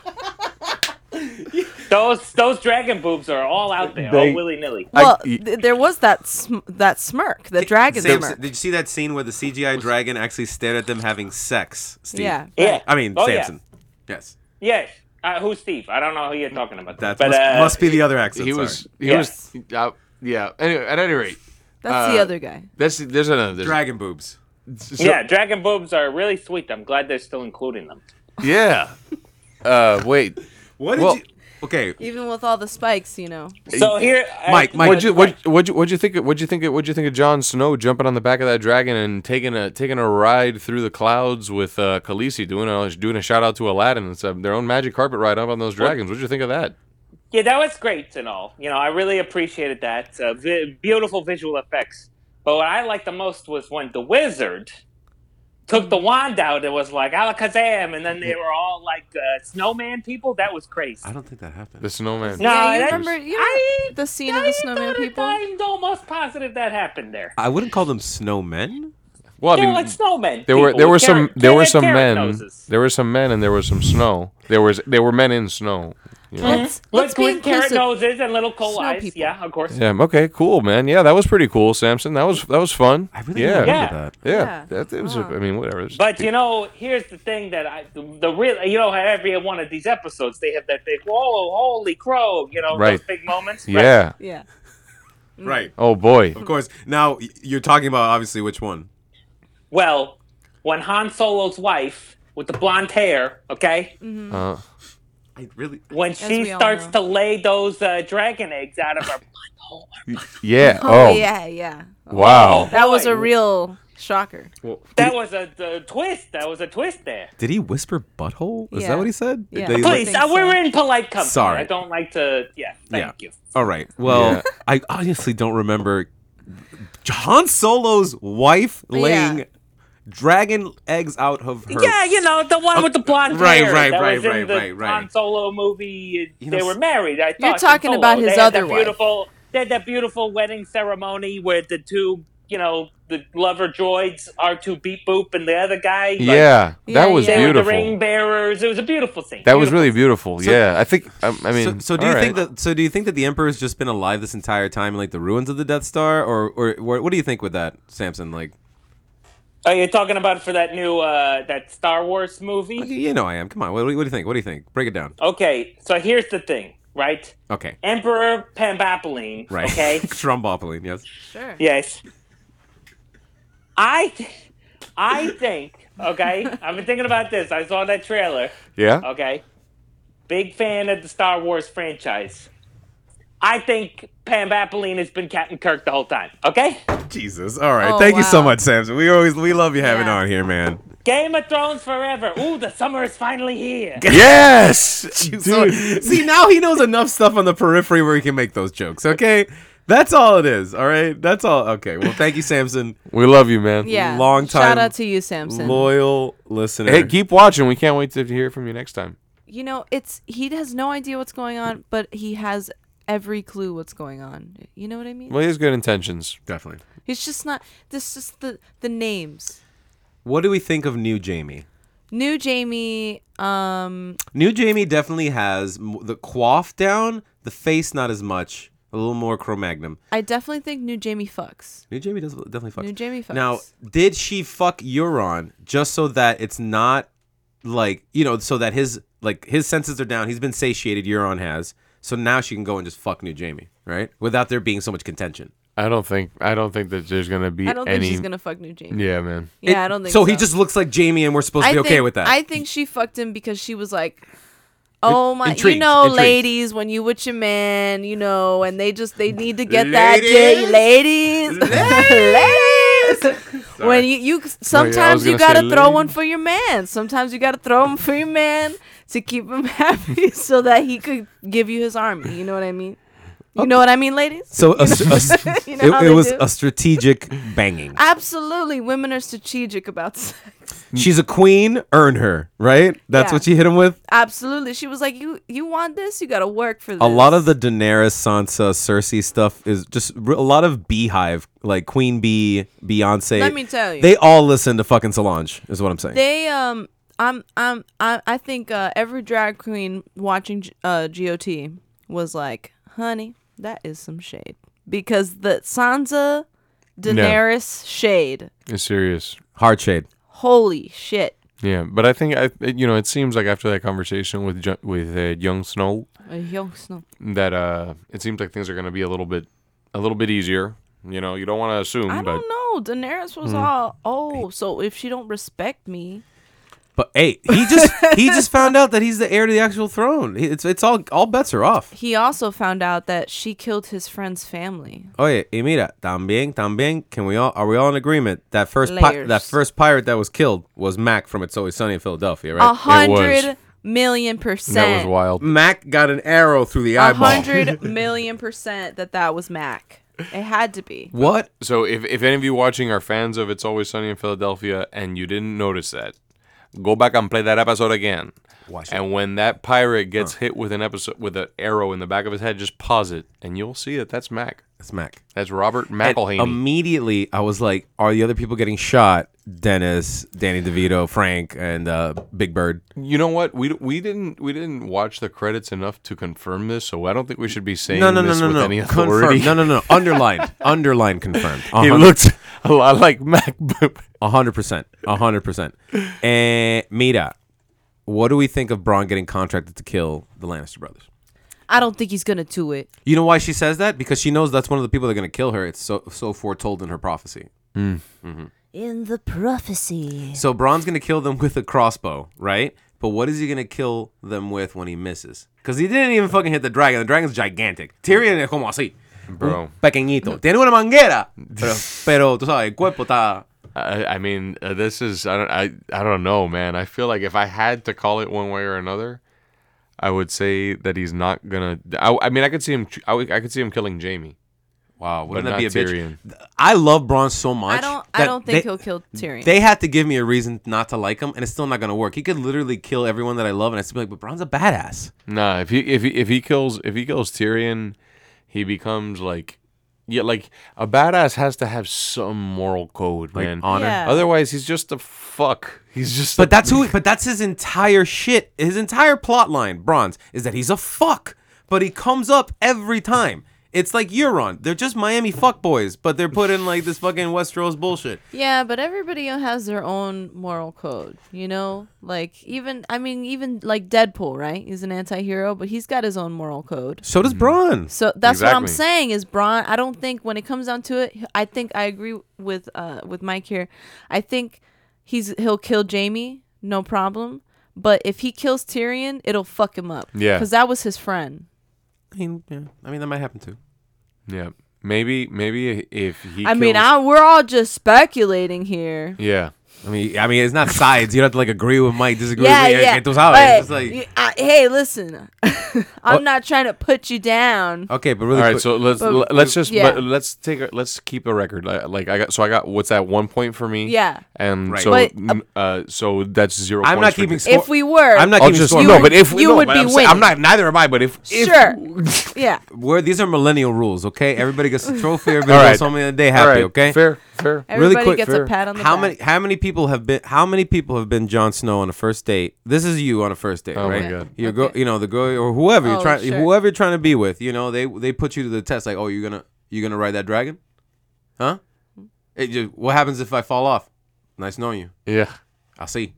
Speaker 4: those those dragon boobs are all out there,
Speaker 2: They-
Speaker 4: all willy nilly.
Speaker 3: well,
Speaker 2: I-
Speaker 3: th- there was that sm- that smirk, the dragon smirk.
Speaker 1: did you see that scene where the CGI dragon actually stared at them having sex? Steve?
Speaker 3: yeah.
Speaker 4: Yeah,
Speaker 1: I mean,
Speaker 4: Oh, yeah.
Speaker 1: Samson. Yes.
Speaker 4: Yes. Uh, who's Steve? I don't know who you're talking about.
Speaker 1: That
Speaker 4: but
Speaker 1: must,
Speaker 4: uh,
Speaker 1: must be the other accent.
Speaker 2: he
Speaker 1: sorry.
Speaker 2: was he
Speaker 4: Yes.
Speaker 2: was uh, yeah. Anyway, at any rate,
Speaker 3: That's the
Speaker 2: Uh,
Speaker 3: other guy.
Speaker 2: that's there's another there's,
Speaker 1: dragon boobs.
Speaker 2: so-
Speaker 4: yeah, dragon boobs are really sweet. I'm glad they're still including them.
Speaker 2: yeah. Uh, wait,
Speaker 1: What did
Speaker 2: Well-
Speaker 1: you? Okay,
Speaker 3: Even with all the spikes, you know.
Speaker 4: So here, uh,
Speaker 1: Mike, Mike,
Speaker 2: what'd you what what'd you what'd you think of- what'd you think of- what'd you think of Jon Snow jumping on the back of that dragon and taking a taking a ride through the clouds with uh, Khaleesi doing a doing a shout out to Aladdin. It's uh, their own magic carpet ride up on those dragons. What'd you think of that?
Speaker 4: Yeah, that was great and all. You know, I really appreciated that. Uh, vi- beautiful visual effects. But what I liked the most was when the wizard took the wand out and was like Alakazam, and then they were all like uh, snowman people. That was crazy.
Speaker 1: I don't think that happened.
Speaker 2: The snowman.
Speaker 4: No,
Speaker 3: yeah, you
Speaker 4: that's-
Speaker 3: remember you
Speaker 4: I-
Speaker 3: know, the scene of the snowman people.
Speaker 4: I'm almost positive that happened there.
Speaker 1: I wouldn't call them snowmen.
Speaker 2: Well, I
Speaker 4: They're
Speaker 2: mean,
Speaker 4: like snowmen.
Speaker 2: there were
Speaker 4: people
Speaker 2: there were
Speaker 4: with
Speaker 2: some
Speaker 4: carrot-
Speaker 2: there were
Speaker 4: carrot-
Speaker 2: some
Speaker 4: carrot
Speaker 2: men
Speaker 4: noses.
Speaker 2: there were some men and there was some snow. There was there were men in snow. you know?
Speaker 3: Let's, let's
Speaker 4: With,
Speaker 3: be
Speaker 4: with carrot
Speaker 3: inclusive.
Speaker 4: noses and little coal
Speaker 3: Snow
Speaker 4: eyes.
Speaker 3: people.
Speaker 4: Yeah, of course.
Speaker 2: Yeah. Okay. Cool, man. Yeah, that was pretty cool, Samson. That was that was fun.
Speaker 1: I really
Speaker 2: yeah.
Speaker 1: don't
Speaker 4: Yeah.
Speaker 1: remember that.
Speaker 2: Yeah.
Speaker 3: Yeah.
Speaker 2: That, that was. a-
Speaker 3: Wow.
Speaker 2: I mean, whatever. It's-
Speaker 4: But you know, here's the thing that I the, the real you know every one of these episodes they have that big whoa holy crow you know
Speaker 2: Right.
Speaker 4: those big moments right?
Speaker 2: yeah.
Speaker 3: Yeah.
Speaker 1: Right.
Speaker 2: Oh boy.
Speaker 3: Mm-hmm.
Speaker 1: Of course. Now y- you're talking about obviously which one.
Speaker 4: Well, when Han Solo's wife with the blonde hair, okay,
Speaker 2: Uh,
Speaker 1: I really.
Speaker 4: when she
Speaker 3: Mm, we all
Speaker 4: starts
Speaker 3: know.
Speaker 4: to lay those uh, dragon eggs out of her butthole,
Speaker 2: yeah.
Speaker 3: Oh,
Speaker 2: Oh.
Speaker 3: yeah, yeah.
Speaker 2: Wow.
Speaker 3: That was a
Speaker 4: boy.
Speaker 3: real shocker.
Speaker 4: that was a, a twist. That was a twist there.
Speaker 1: Did he whisper butthole? Is
Speaker 3: Yeah.
Speaker 1: that what he said?
Speaker 3: Yeah.
Speaker 1: Did he
Speaker 3: Please.
Speaker 1: look-
Speaker 4: Please,
Speaker 3: think
Speaker 4: uh, we're
Speaker 3: so.
Speaker 4: in polite company.
Speaker 1: Sorry.
Speaker 4: I don't like to. Yeah, thank
Speaker 1: Yeah.
Speaker 4: you.
Speaker 1: All right. Well,
Speaker 2: Yeah.
Speaker 1: I honestly don't remember Han Solo's wife laying
Speaker 3: Yeah.
Speaker 1: dragon eggs out of her.
Speaker 4: Yeah, you know the one with the blonde
Speaker 1: right,
Speaker 4: hair.
Speaker 1: right,
Speaker 4: that
Speaker 1: right,
Speaker 4: was in
Speaker 1: right,
Speaker 4: the
Speaker 1: right, right.
Speaker 4: Han Solo movie. uh,
Speaker 1: You
Speaker 4: they
Speaker 1: know,
Speaker 4: were married. I thought. Han
Speaker 3: talking
Speaker 4: Solo.
Speaker 3: about his
Speaker 4: they had that
Speaker 3: other wife.
Speaker 4: Beautiful. They had that beautiful wedding ceremony where the two, you know, the lover droids, R two Beep Boop, and the other guy. like,
Speaker 2: Yeah.
Speaker 3: Yeah,
Speaker 2: That was
Speaker 4: They
Speaker 3: yeah.
Speaker 4: were the ring
Speaker 2: beautiful.
Speaker 4: bearers. It was a beautiful thing.
Speaker 2: That was
Speaker 4: Beautiful.
Speaker 2: really beautiful. yeah. I think. um, I, I mean.
Speaker 1: So, so do you
Speaker 2: all
Speaker 1: think
Speaker 2: right.
Speaker 1: that? So do you think that the Emperor's just been alive this entire time in like the ruins of the Death Star, or or what, what do you think with that, Samson? Like,
Speaker 4: Are you Oh, talking about for that new uh, that Star Wars movie?
Speaker 1: you know, I am. Come on, what, do you- what do you think? What do you think? Break it down.
Speaker 4: Okay, so here's the thing, right?
Speaker 1: Okay,
Speaker 4: Emperor Pambapaline.
Speaker 1: right.
Speaker 4: Okay.
Speaker 1: Thrombopoline, yes.
Speaker 3: Sure.
Speaker 4: Yes. I, th- I think. Okay, I've been thinking about this. I saw that trailer.
Speaker 2: Yeah.
Speaker 4: Okay, big fan of the Star Wars franchise. I think Pam Appeline has been Captain Kirk the whole time. Okay.
Speaker 1: Jesus. All right.
Speaker 3: Oh,
Speaker 1: Thank you so
Speaker 3: wow.
Speaker 1: much, Samson. We always we love you having
Speaker 3: Yeah.
Speaker 1: on here, man.
Speaker 4: Game of Thrones forever. Ooh, the summer is finally here.
Speaker 2: Yes, dude.
Speaker 1: See, now he knows enough stuff on the periphery where he can make those jokes. Okay, that's all it is. All right, that's all. Okay, well, thank you, Samson,
Speaker 2: We love you, man.
Speaker 3: Yeah.
Speaker 1: Long time
Speaker 3: Shout out to you, Samson.
Speaker 1: loyal listener.
Speaker 2: Hey, keep watching. We can't wait to hear from you next time.
Speaker 3: you know, it's he has no idea what's going on, but he has every clue what's going on. You know what I mean?
Speaker 2: Well, he has good intentions.
Speaker 1: Definitely.
Speaker 3: He's just not. This just the the names.
Speaker 1: What do we think of new Jamie?
Speaker 3: New Jamie. Um.
Speaker 1: New Jamie definitely has m- the quaff down, the face not as much, a little more Cro-Magnon.
Speaker 3: I definitely think New Jamie fucks.
Speaker 1: New Jamie does definitely fucks.
Speaker 3: New Jamie fucks.
Speaker 1: Now, did she fuck Euron just so that it's not like you know, so that his like his senses are down? He's been satiated. Euron has, so now she can go and just fuck New Jamie, right? Without there being so much contention.
Speaker 2: I don't think. I don't think that there's gonna be
Speaker 3: I don't
Speaker 2: any.
Speaker 3: think she's gonna fuck New Jamie.
Speaker 2: Yeah, man.
Speaker 3: Yeah,
Speaker 1: It-
Speaker 3: I don't think.
Speaker 1: so. He just looks like Jamie, and we're supposed to
Speaker 3: I
Speaker 1: be
Speaker 3: think,
Speaker 1: okay with that.
Speaker 3: I think she fucked him because she was like. Oh my!
Speaker 1: intrigued,
Speaker 3: you know,
Speaker 1: intrigued.
Speaker 3: ladies, when you with your man, you know, and they just they need to get that dick, ladies, ladies. when you you sometimes you
Speaker 2: gonna
Speaker 3: gotta
Speaker 2: say
Speaker 3: throw
Speaker 2: lady.
Speaker 3: one for your man. Sometimes you gotta throw him for your man to keep him happy, so that he could give you his army. You know what I mean? You know what I mean, ladies?
Speaker 1: so. A, a- s-
Speaker 3: You know how
Speaker 1: it, it
Speaker 3: they
Speaker 1: was
Speaker 3: do.
Speaker 1: a strategic banging.
Speaker 3: Absolutely, women are strategic about sex.
Speaker 1: She's a queen. Earn her, right? That's
Speaker 3: Yeah.
Speaker 1: what she hit him with.
Speaker 3: Absolutely, she was like, "You you want this? You gotta work for this."
Speaker 1: a lot of the Daenerys, Sansa, Cersei stuff is just r- a lot of beehive, like Queen Bee, Beyonce.
Speaker 3: Let me tell you.
Speaker 1: they all listen to fucking Solange, is what I'm saying.
Speaker 3: They um I'm I'm I I think uh, every drag queen watching G- uh GOT was like, "Honey, that is some shade." Because the Sansa Daenerys shade.
Speaker 2: It's serious.
Speaker 1: Hard shade.
Speaker 3: Holy shit.
Speaker 2: Yeah, but I think I. it- You know, it seems like after that conversation with Jo- with uh, young Snow
Speaker 3: Uh, yo, Snow.
Speaker 2: that uh, it seems like things are gonna be a little bit, a little bit easier. You know, you don't want to assume,
Speaker 3: I
Speaker 2: but
Speaker 3: don't know. Daenerys
Speaker 1: Hmm.
Speaker 3: was all, "Oh, so if she don't respect me,
Speaker 1: But hey, he just he just found out that he's the heir to the actual throne. He- It's it's all all bets are off.
Speaker 3: he also found out that she killed his friend's family.
Speaker 1: Oye, y mira, también, también, can we all are we all in agreement that first pi-
Speaker 3: Layers.
Speaker 1: that first pirate that was killed was Mac from It's Always Sunny in Philadelphia,
Speaker 3: A
Speaker 1: right?
Speaker 3: hundred million percent.
Speaker 2: that was wild.
Speaker 1: Mac got an arrow through the
Speaker 3: A
Speaker 1: eyeball.
Speaker 3: hundred million percent that that was Mac. It had to be.
Speaker 1: What?
Speaker 2: So if, if any of you watching are fans of It's Always Sunny in Philadelphia and you didn't notice that, go back and play that episode again.
Speaker 1: Watch it.
Speaker 2: and when that pirate gets hit with an episode with an arrow in the back of his head, just pause it and you'll see that that's Mac.
Speaker 1: It's Mac.
Speaker 2: That's Robert
Speaker 1: And um,
Speaker 2: McElhaney.
Speaker 1: Immediately, I was like, "Are the other people getting shot?" Dennis, Danny DeVito, Frank, and uh, Big Bird.
Speaker 2: you know what? We we didn't we didn't watch the credits enough to confirm this, so I don't think we should be saying
Speaker 1: No, no, no,
Speaker 2: this
Speaker 1: no,
Speaker 2: with
Speaker 1: no.
Speaker 2: any authority.
Speaker 1: Confirmed. No, no, no. Underlined. Underlined. Confirmed.
Speaker 2: He
Speaker 1: A
Speaker 2: looked a lot like Mac. but-
Speaker 1: hundred percent. A hundred percent. And Mira, what do we think of Braun getting contracted to kill the Lannister brothers?
Speaker 3: I don't think he's gonna do it.
Speaker 1: You know why she says that? Because she knows that's one of the people that are going to kill her. It's so so foretold in her prophecy.
Speaker 2: Mm.
Speaker 1: Mm-hmm.
Speaker 5: In the prophecy.
Speaker 1: So Braun's gonna kill them with a crossbow, right? But what is he gonna kill them with when he misses? Because he didn't even fucking hit the dragon. The dragon's gigantic. Tyrion es como así.
Speaker 2: Bro.
Speaker 1: Pequeñito. Tiene una manguera. Pero, pero tú sabes, el cuerpo está.
Speaker 2: I, I mean, uh, this is I don't I, I don't know, man. I feel like if I had to call it one way or another, I would say that he's not gonna. I, I mean, I could see him. I, would- I could see him killing Jamie.
Speaker 1: Wow, wouldn't
Speaker 2: But
Speaker 1: that be a
Speaker 2: not
Speaker 1: bitch?
Speaker 2: Tyrion.
Speaker 1: I love Braun so much.
Speaker 3: I don't. I
Speaker 1: that
Speaker 3: don't think
Speaker 1: they-
Speaker 3: he'll kill Tyrion.
Speaker 1: They had to give me a reason not to like him, and it's still not gonna work. He could literally kill everyone that I love, and I'd still be like, but Braun's a badass.
Speaker 2: Nah, if he if he if he kills if he kills Tyrion, he becomes like, yeah, like a badass has to have some moral code,
Speaker 1: Like
Speaker 2: man.
Speaker 1: honor.
Speaker 3: Yeah.
Speaker 2: Otherwise, he's just a fuck. He's just.
Speaker 1: But that's who. But that's his entire shit. His entire plot line, Bronze, is that he's a fuck. But he comes up every time. It's like Euron. They're just Miami fuckboys, but they're put in like this fucking Westeros bullshit.
Speaker 3: yeah, but everybody has their own moral code, you know. Like even, I mean, even like Deadpool, right? He's an anti-hero, but he's got his own moral code.
Speaker 1: So does Bronze.
Speaker 3: So that's what I'm
Speaker 2: Exactly.
Speaker 3: saying is Braun. I don't think when it comes down to it, I think I agree with uh with Mike here. I think he's he'll kill Jamie, no problem. But if he kills Tyrion, it'll fuck him up.
Speaker 2: Yeah.
Speaker 3: because that was his friend.
Speaker 1: I mean, yeah. I mean, that might happen too.
Speaker 2: yeah. Maybe maybe if he.
Speaker 3: I mean,
Speaker 2: kills-
Speaker 3: I, we're all just speculating here.
Speaker 2: Yeah.
Speaker 1: I mean, I mean, it's not sides. You don't have to like agree with Mike, disagree
Speaker 3: yeah,
Speaker 1: with me.
Speaker 3: yeah.
Speaker 1: It was how
Speaker 3: but
Speaker 1: it's like,
Speaker 3: you- I- hey, listen, I'm not trying to put you down.
Speaker 1: okay, but really,
Speaker 2: All right,
Speaker 1: quick-
Speaker 2: so let's
Speaker 3: But-
Speaker 2: let's just
Speaker 3: yeah.
Speaker 2: let, us take a, let's keep a record. Like, like I got so I got what's that one point for me?
Speaker 3: Yeah.
Speaker 2: and
Speaker 1: Right.
Speaker 2: so
Speaker 3: But,
Speaker 2: n- uh, so that's zero.
Speaker 1: I'm
Speaker 2: points
Speaker 1: not
Speaker 2: for
Speaker 1: keeping
Speaker 2: Dick.
Speaker 1: score.
Speaker 3: If we were,
Speaker 1: I'm not
Speaker 2: I'll
Speaker 1: keeping
Speaker 2: just
Speaker 1: score.
Speaker 2: no, but if
Speaker 3: You
Speaker 2: no,
Speaker 3: would
Speaker 2: but
Speaker 3: be
Speaker 2: I'm, sa-
Speaker 3: winning.
Speaker 2: I'm not. Neither am I. But if, if
Speaker 3: sure. yeah.
Speaker 1: We're, these are millennial rules, okay? Everybody gets a trophy. Everybody
Speaker 2: All right.
Speaker 1: gets something that they
Speaker 2: all
Speaker 1: happy,
Speaker 2: right,
Speaker 1: okay?
Speaker 2: fair, fair.
Speaker 3: Everybody
Speaker 1: quick,
Speaker 3: gets
Speaker 2: fair.
Speaker 3: a pat on the
Speaker 1: How
Speaker 3: back.
Speaker 1: many how many people have been how many people have been Jon Snow on a first date? This is you on a first date,
Speaker 2: Oh my
Speaker 1: right?
Speaker 2: God.
Speaker 1: Your
Speaker 3: Okay.
Speaker 1: girl, you know, the girl or whoever you're
Speaker 3: Oh,
Speaker 1: trying
Speaker 3: sure.
Speaker 1: whoever you're trying to be with, you know, they they put you to the test like, "Oh, you're going to you're going to ride that dragon?" Huh? It ju- what happens if I fall off? Nice knowing you.
Speaker 2: Yeah.
Speaker 1: I'll see.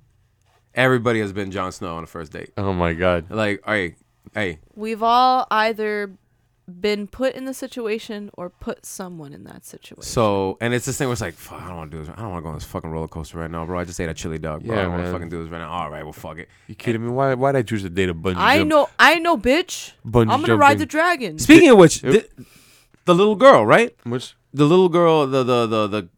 Speaker 1: Everybody has been Jon Snow on a first date.
Speaker 2: Oh my god.
Speaker 1: Like, "Hey, hey,
Speaker 3: We've all either been put in the situation or put someone in that situation.
Speaker 1: So and it's this thing where it's like, fuck, I don't want to do this. I don't want to go on this fucking roller coaster right now, bro. I just ate a chili dog, bro. I
Speaker 2: Yeah,
Speaker 1: don't want to
Speaker 2: man.
Speaker 1: fucking do this right now. All right, well, fuck it.
Speaker 2: You kidding me? Why why'd I choose to date a bungee
Speaker 3: I
Speaker 2: jump?
Speaker 3: know, I know, bitch.
Speaker 2: Bungee
Speaker 3: I'm gonna ride
Speaker 2: jumping.
Speaker 3: the dragon.
Speaker 1: Speaking of which, the, the little girl, right?
Speaker 2: Which
Speaker 1: The little girl, the the the the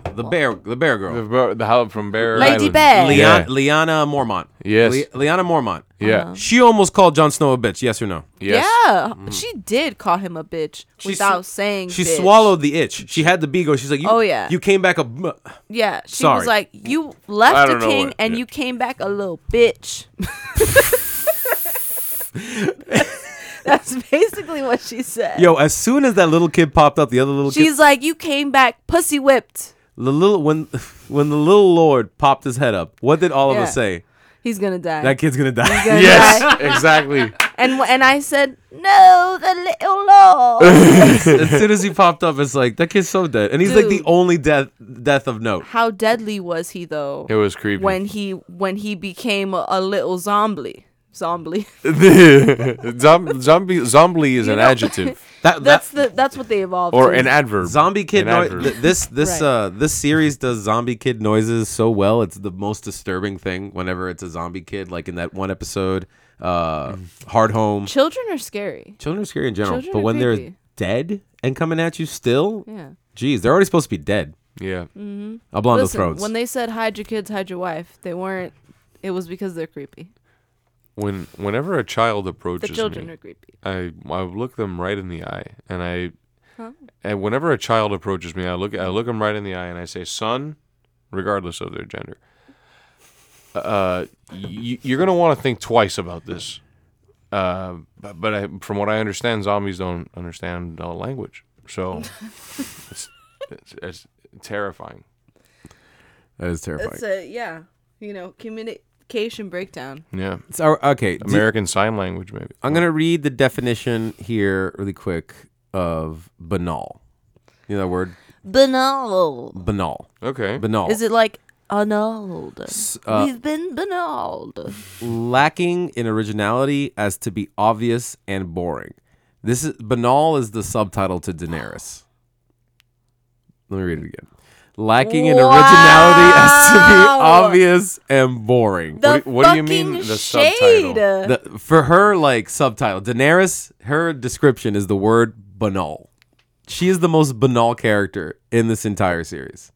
Speaker 1: the, the bear, the bear
Speaker 2: the
Speaker 1: girl,
Speaker 2: bro- the how from Bear
Speaker 3: Lady
Speaker 2: Island.
Speaker 3: Bear.
Speaker 1: Lian,
Speaker 2: Yeah.
Speaker 1: Liana Mormont.
Speaker 2: Yes.
Speaker 1: Li- Liana Mormont.
Speaker 2: Yeah.
Speaker 3: Uh-huh.
Speaker 1: She almost called Jon Snow a bitch. Yes or no?
Speaker 2: Yes. Mm.
Speaker 3: Yeah, she did call him a bitch without saying.
Speaker 1: She
Speaker 3: bitch.
Speaker 1: swallowed the itch. She had the beagle. She's like, you,
Speaker 3: Oh, yeah.
Speaker 1: you came back a. m-
Speaker 3: Yeah, she
Speaker 1: Sorry.
Speaker 3: was like, "You
Speaker 2: I
Speaker 3: left
Speaker 2: don't
Speaker 3: a
Speaker 2: know
Speaker 3: king
Speaker 2: what-
Speaker 3: and
Speaker 2: yeah.
Speaker 3: you came back a little bitch." That's basically what she said.
Speaker 1: Yo, as soon as that little kid popped up, the other little kid,
Speaker 3: She's like, "You came back pussy whipped."
Speaker 1: the little when when the little lord popped his head up, what did all of
Speaker 3: Yeah.
Speaker 1: us say?
Speaker 3: He's gonna die.
Speaker 1: That kid's gonna die.
Speaker 3: Gonna die.
Speaker 2: Yes. exactly.
Speaker 3: And wh- and I said, "No, the little lord."
Speaker 1: as soon as he popped up, it's like that kid's so dead, and he's like the
Speaker 3: Dude.
Speaker 1: only death death of note.
Speaker 3: How deadly was he though?
Speaker 2: It was creepy.
Speaker 3: when he when he became a, a little zombie. Zombie.
Speaker 2: Zom- zombie zombie is an
Speaker 3: know-
Speaker 2: adjective
Speaker 1: That
Speaker 3: that's
Speaker 1: that
Speaker 3: the that's what they evolved.
Speaker 2: or
Speaker 3: to.
Speaker 2: an adverb.
Speaker 1: zombie kid
Speaker 2: An
Speaker 1: noise.
Speaker 2: adverb.
Speaker 1: Th- this this
Speaker 3: Right.
Speaker 1: uh this series does zombie kid noises so well. It's the most disturbing thing whenever it's a zombie kid, like in that one episode, uh, Hard Home.
Speaker 3: Children are scary.
Speaker 1: Children are scary in general,
Speaker 3: Children
Speaker 1: but
Speaker 3: are
Speaker 1: when they're
Speaker 3: creepy.
Speaker 1: dead and coming at you still,
Speaker 3: Yeah.
Speaker 1: geez, they're already supposed to be dead.
Speaker 2: Yeah.
Speaker 3: Mm.
Speaker 1: Oblongo
Speaker 3: Listen,
Speaker 1: throats.
Speaker 3: when they said hide your kids, hide your wife, they weren't. It was because they're creepy.
Speaker 2: When whenever a child
Speaker 3: The
Speaker 2: approaches
Speaker 3: children
Speaker 2: me,
Speaker 3: are creepy.
Speaker 2: I I look them right in the eye, and I and whenever a child approaches me, I look I look them right in the eye, and I say, "Son," regardless of their gender, uh, y- you're gonna want to think twice about this. Uh, but, but I, from what I understand, zombies don't understand uh, language, so it's, it's, it's terrifying.
Speaker 1: that is terrifying.
Speaker 3: That's a yeah. You know, communication breakdown.
Speaker 2: Yeah,
Speaker 1: It's
Speaker 3: uh,
Speaker 1: our- okay, do-
Speaker 2: American Sign Language, maybe.
Speaker 1: I'm gonna read the definition here really quick of banal. You know that word?
Speaker 5: Banal.
Speaker 1: Banal.
Speaker 2: Okay.
Speaker 1: Banal.
Speaker 3: Is it like annulled?
Speaker 1: uh,
Speaker 3: We've been banalled.
Speaker 1: lacking in originality as to be obvious and boring. This is banal is the subtitle to Daenerys. Let me read it again. Lacking in originality as to be
Speaker 3: Wow.
Speaker 1: obvious and boring.
Speaker 3: The
Speaker 2: do you- what do you
Speaker 3: fucking
Speaker 2: mean the
Speaker 3: shade.
Speaker 2: subtitle?
Speaker 1: The- for her, like subtitle, Daenerys, her description is the word banal. She is the most banal character in this entire series.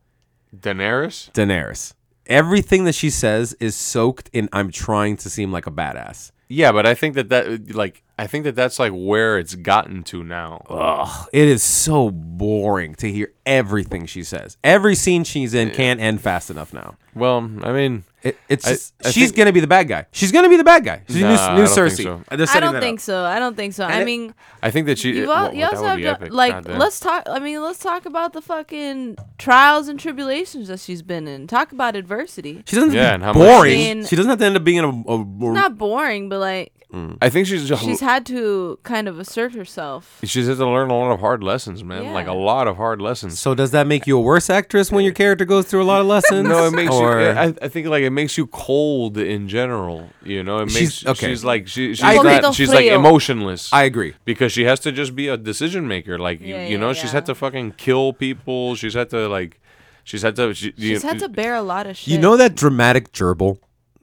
Speaker 2: Daenerys.
Speaker 1: Daenerys. Everything that she says is soaked in "I'm trying to seem like a badass."
Speaker 2: Yeah, but I think that that like I think that that's like where it's gotten to now.
Speaker 1: Ugh, it is so boring to hear everything she says. Every scene she's in can't end fast enough now.
Speaker 2: Well, I mean,
Speaker 1: It, it's
Speaker 2: I-
Speaker 1: just,
Speaker 2: I
Speaker 1: she's
Speaker 2: think-
Speaker 1: gonna be the bad guy. She's gonna be the bad guy. She's
Speaker 2: Nah, I
Speaker 1: new, new
Speaker 2: don't think
Speaker 1: Cersei.
Speaker 2: so.
Speaker 1: Uh, they're
Speaker 3: I
Speaker 1: setting
Speaker 3: don't
Speaker 1: that
Speaker 3: think
Speaker 1: up.
Speaker 3: so. I don't think so.
Speaker 1: it-
Speaker 3: I mean,
Speaker 2: I think that she.
Speaker 3: you,
Speaker 2: well,
Speaker 3: all, you
Speaker 2: that
Speaker 3: also
Speaker 2: would
Speaker 3: have
Speaker 2: be
Speaker 3: to
Speaker 2: epic.
Speaker 3: like
Speaker 2: Goddamn.
Speaker 3: let's talk. I mean, let's talk about the fucking trials and tribulations that she's been in. Talk about adversity.
Speaker 1: She doesn't
Speaker 2: Yeah,
Speaker 1: have
Speaker 2: and
Speaker 1: to
Speaker 2: how
Speaker 1: be
Speaker 2: much-
Speaker 1: boring.
Speaker 3: I mean-
Speaker 1: she doesn't have to end up being a. a, a-
Speaker 3: Not boring, but like
Speaker 2: I think she's just.
Speaker 3: she's
Speaker 2: She's,
Speaker 3: had to kind of assert herself.
Speaker 2: had to learn a lot of hard lessons, man. Like a
Speaker 3: Yeah.
Speaker 2: lot of hard lessons.
Speaker 1: so does that make you a worse actress when your character goes through a lot of lessons?
Speaker 2: No, it makes
Speaker 1: Or-
Speaker 2: you. I, I think like it makes you cold in general. You know, it
Speaker 1: She's-
Speaker 2: makes
Speaker 1: okay.
Speaker 2: she's like she, she's
Speaker 1: I agree.
Speaker 2: not, she's like
Speaker 3: Feel.
Speaker 2: emotionless.
Speaker 1: I agree.
Speaker 2: because she has to just be a decision maker. Like you,
Speaker 3: Yeah,
Speaker 2: you
Speaker 3: yeah,
Speaker 2: know, she's
Speaker 3: yeah.
Speaker 2: had to fucking kill people. She's had to like, she's had to. She, uh,
Speaker 3: She's had to bear a lot of shit.
Speaker 1: You know that dramatic gerbil?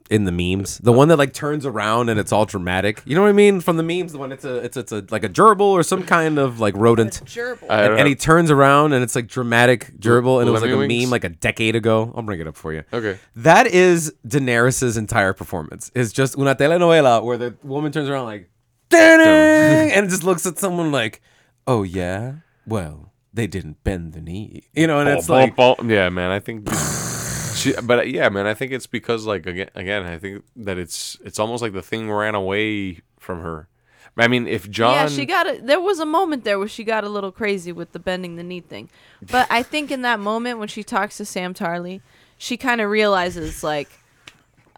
Speaker 1: in the memes. The one that like turns around and it's all dramatic. You know what I mean? From the memes, the one it's a it's it's a like a gerbil or some kind of like rodent.
Speaker 3: Gerbil.
Speaker 2: I
Speaker 1: And,
Speaker 2: don't
Speaker 1: and
Speaker 2: know.
Speaker 1: he turns around and it's like dramatic gerbil and it was like a
Speaker 2: Lemmy Winks?
Speaker 1: meme like a decade ago. I'll bring it up for you.
Speaker 2: Okay.
Speaker 1: That is Daenerys's entire performance. It's just una telenovela where the woman turns around like "Dang," and just looks at someone like, "Oh yeah, well they didn't bend the knee," you know, and it's
Speaker 2: Ball,
Speaker 1: like
Speaker 2: ball, ball. yeah, man. I think, she, but uh, yeah, man. I think it's because like again, again, I think that it's it's almost like the thing ran away from her. I mean, if John,
Speaker 3: Yeah, she got it. There was a moment there where she got a little crazy with the bending the knee thing, but I think in that moment when she talks to Sam Tarley, she kind of realizes like,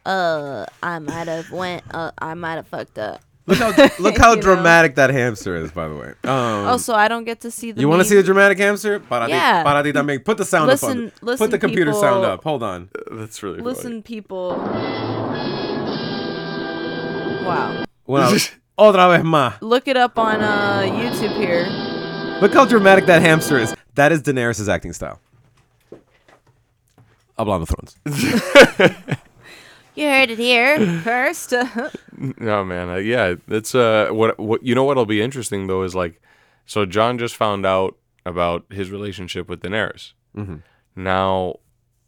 Speaker 5: Uh, I might have went. Uh, I might have fucked up.
Speaker 1: look how look how
Speaker 3: You know?
Speaker 1: dramatic that hamster is. By the way, um,
Speaker 3: oh, so I don't get to see the.
Speaker 1: you want to
Speaker 3: meme.
Speaker 1: see the dramatic hamster? Parati,
Speaker 3: Yeah.
Speaker 1: parati tambien. Put the sound up. On
Speaker 3: Listen-
Speaker 1: it.
Speaker 3: listen,
Speaker 1: Put the computer sound
Speaker 3: people.
Speaker 1: up. Hold on.
Speaker 2: that's really
Speaker 3: Listen, people. Wow.
Speaker 1: Well, otra vez más.
Speaker 3: Look it up on uh, YouTube here.
Speaker 1: Look how dramatic that hamster is. That is Daenerys' acting style. Hablando de Thrones.
Speaker 5: You heard it here.
Speaker 3: First,
Speaker 2: funny. No, man. Uh, yeah, that's uh, what what you know. What'll be interesting though is like, so John just found out about his relationship with Daenerys. Now,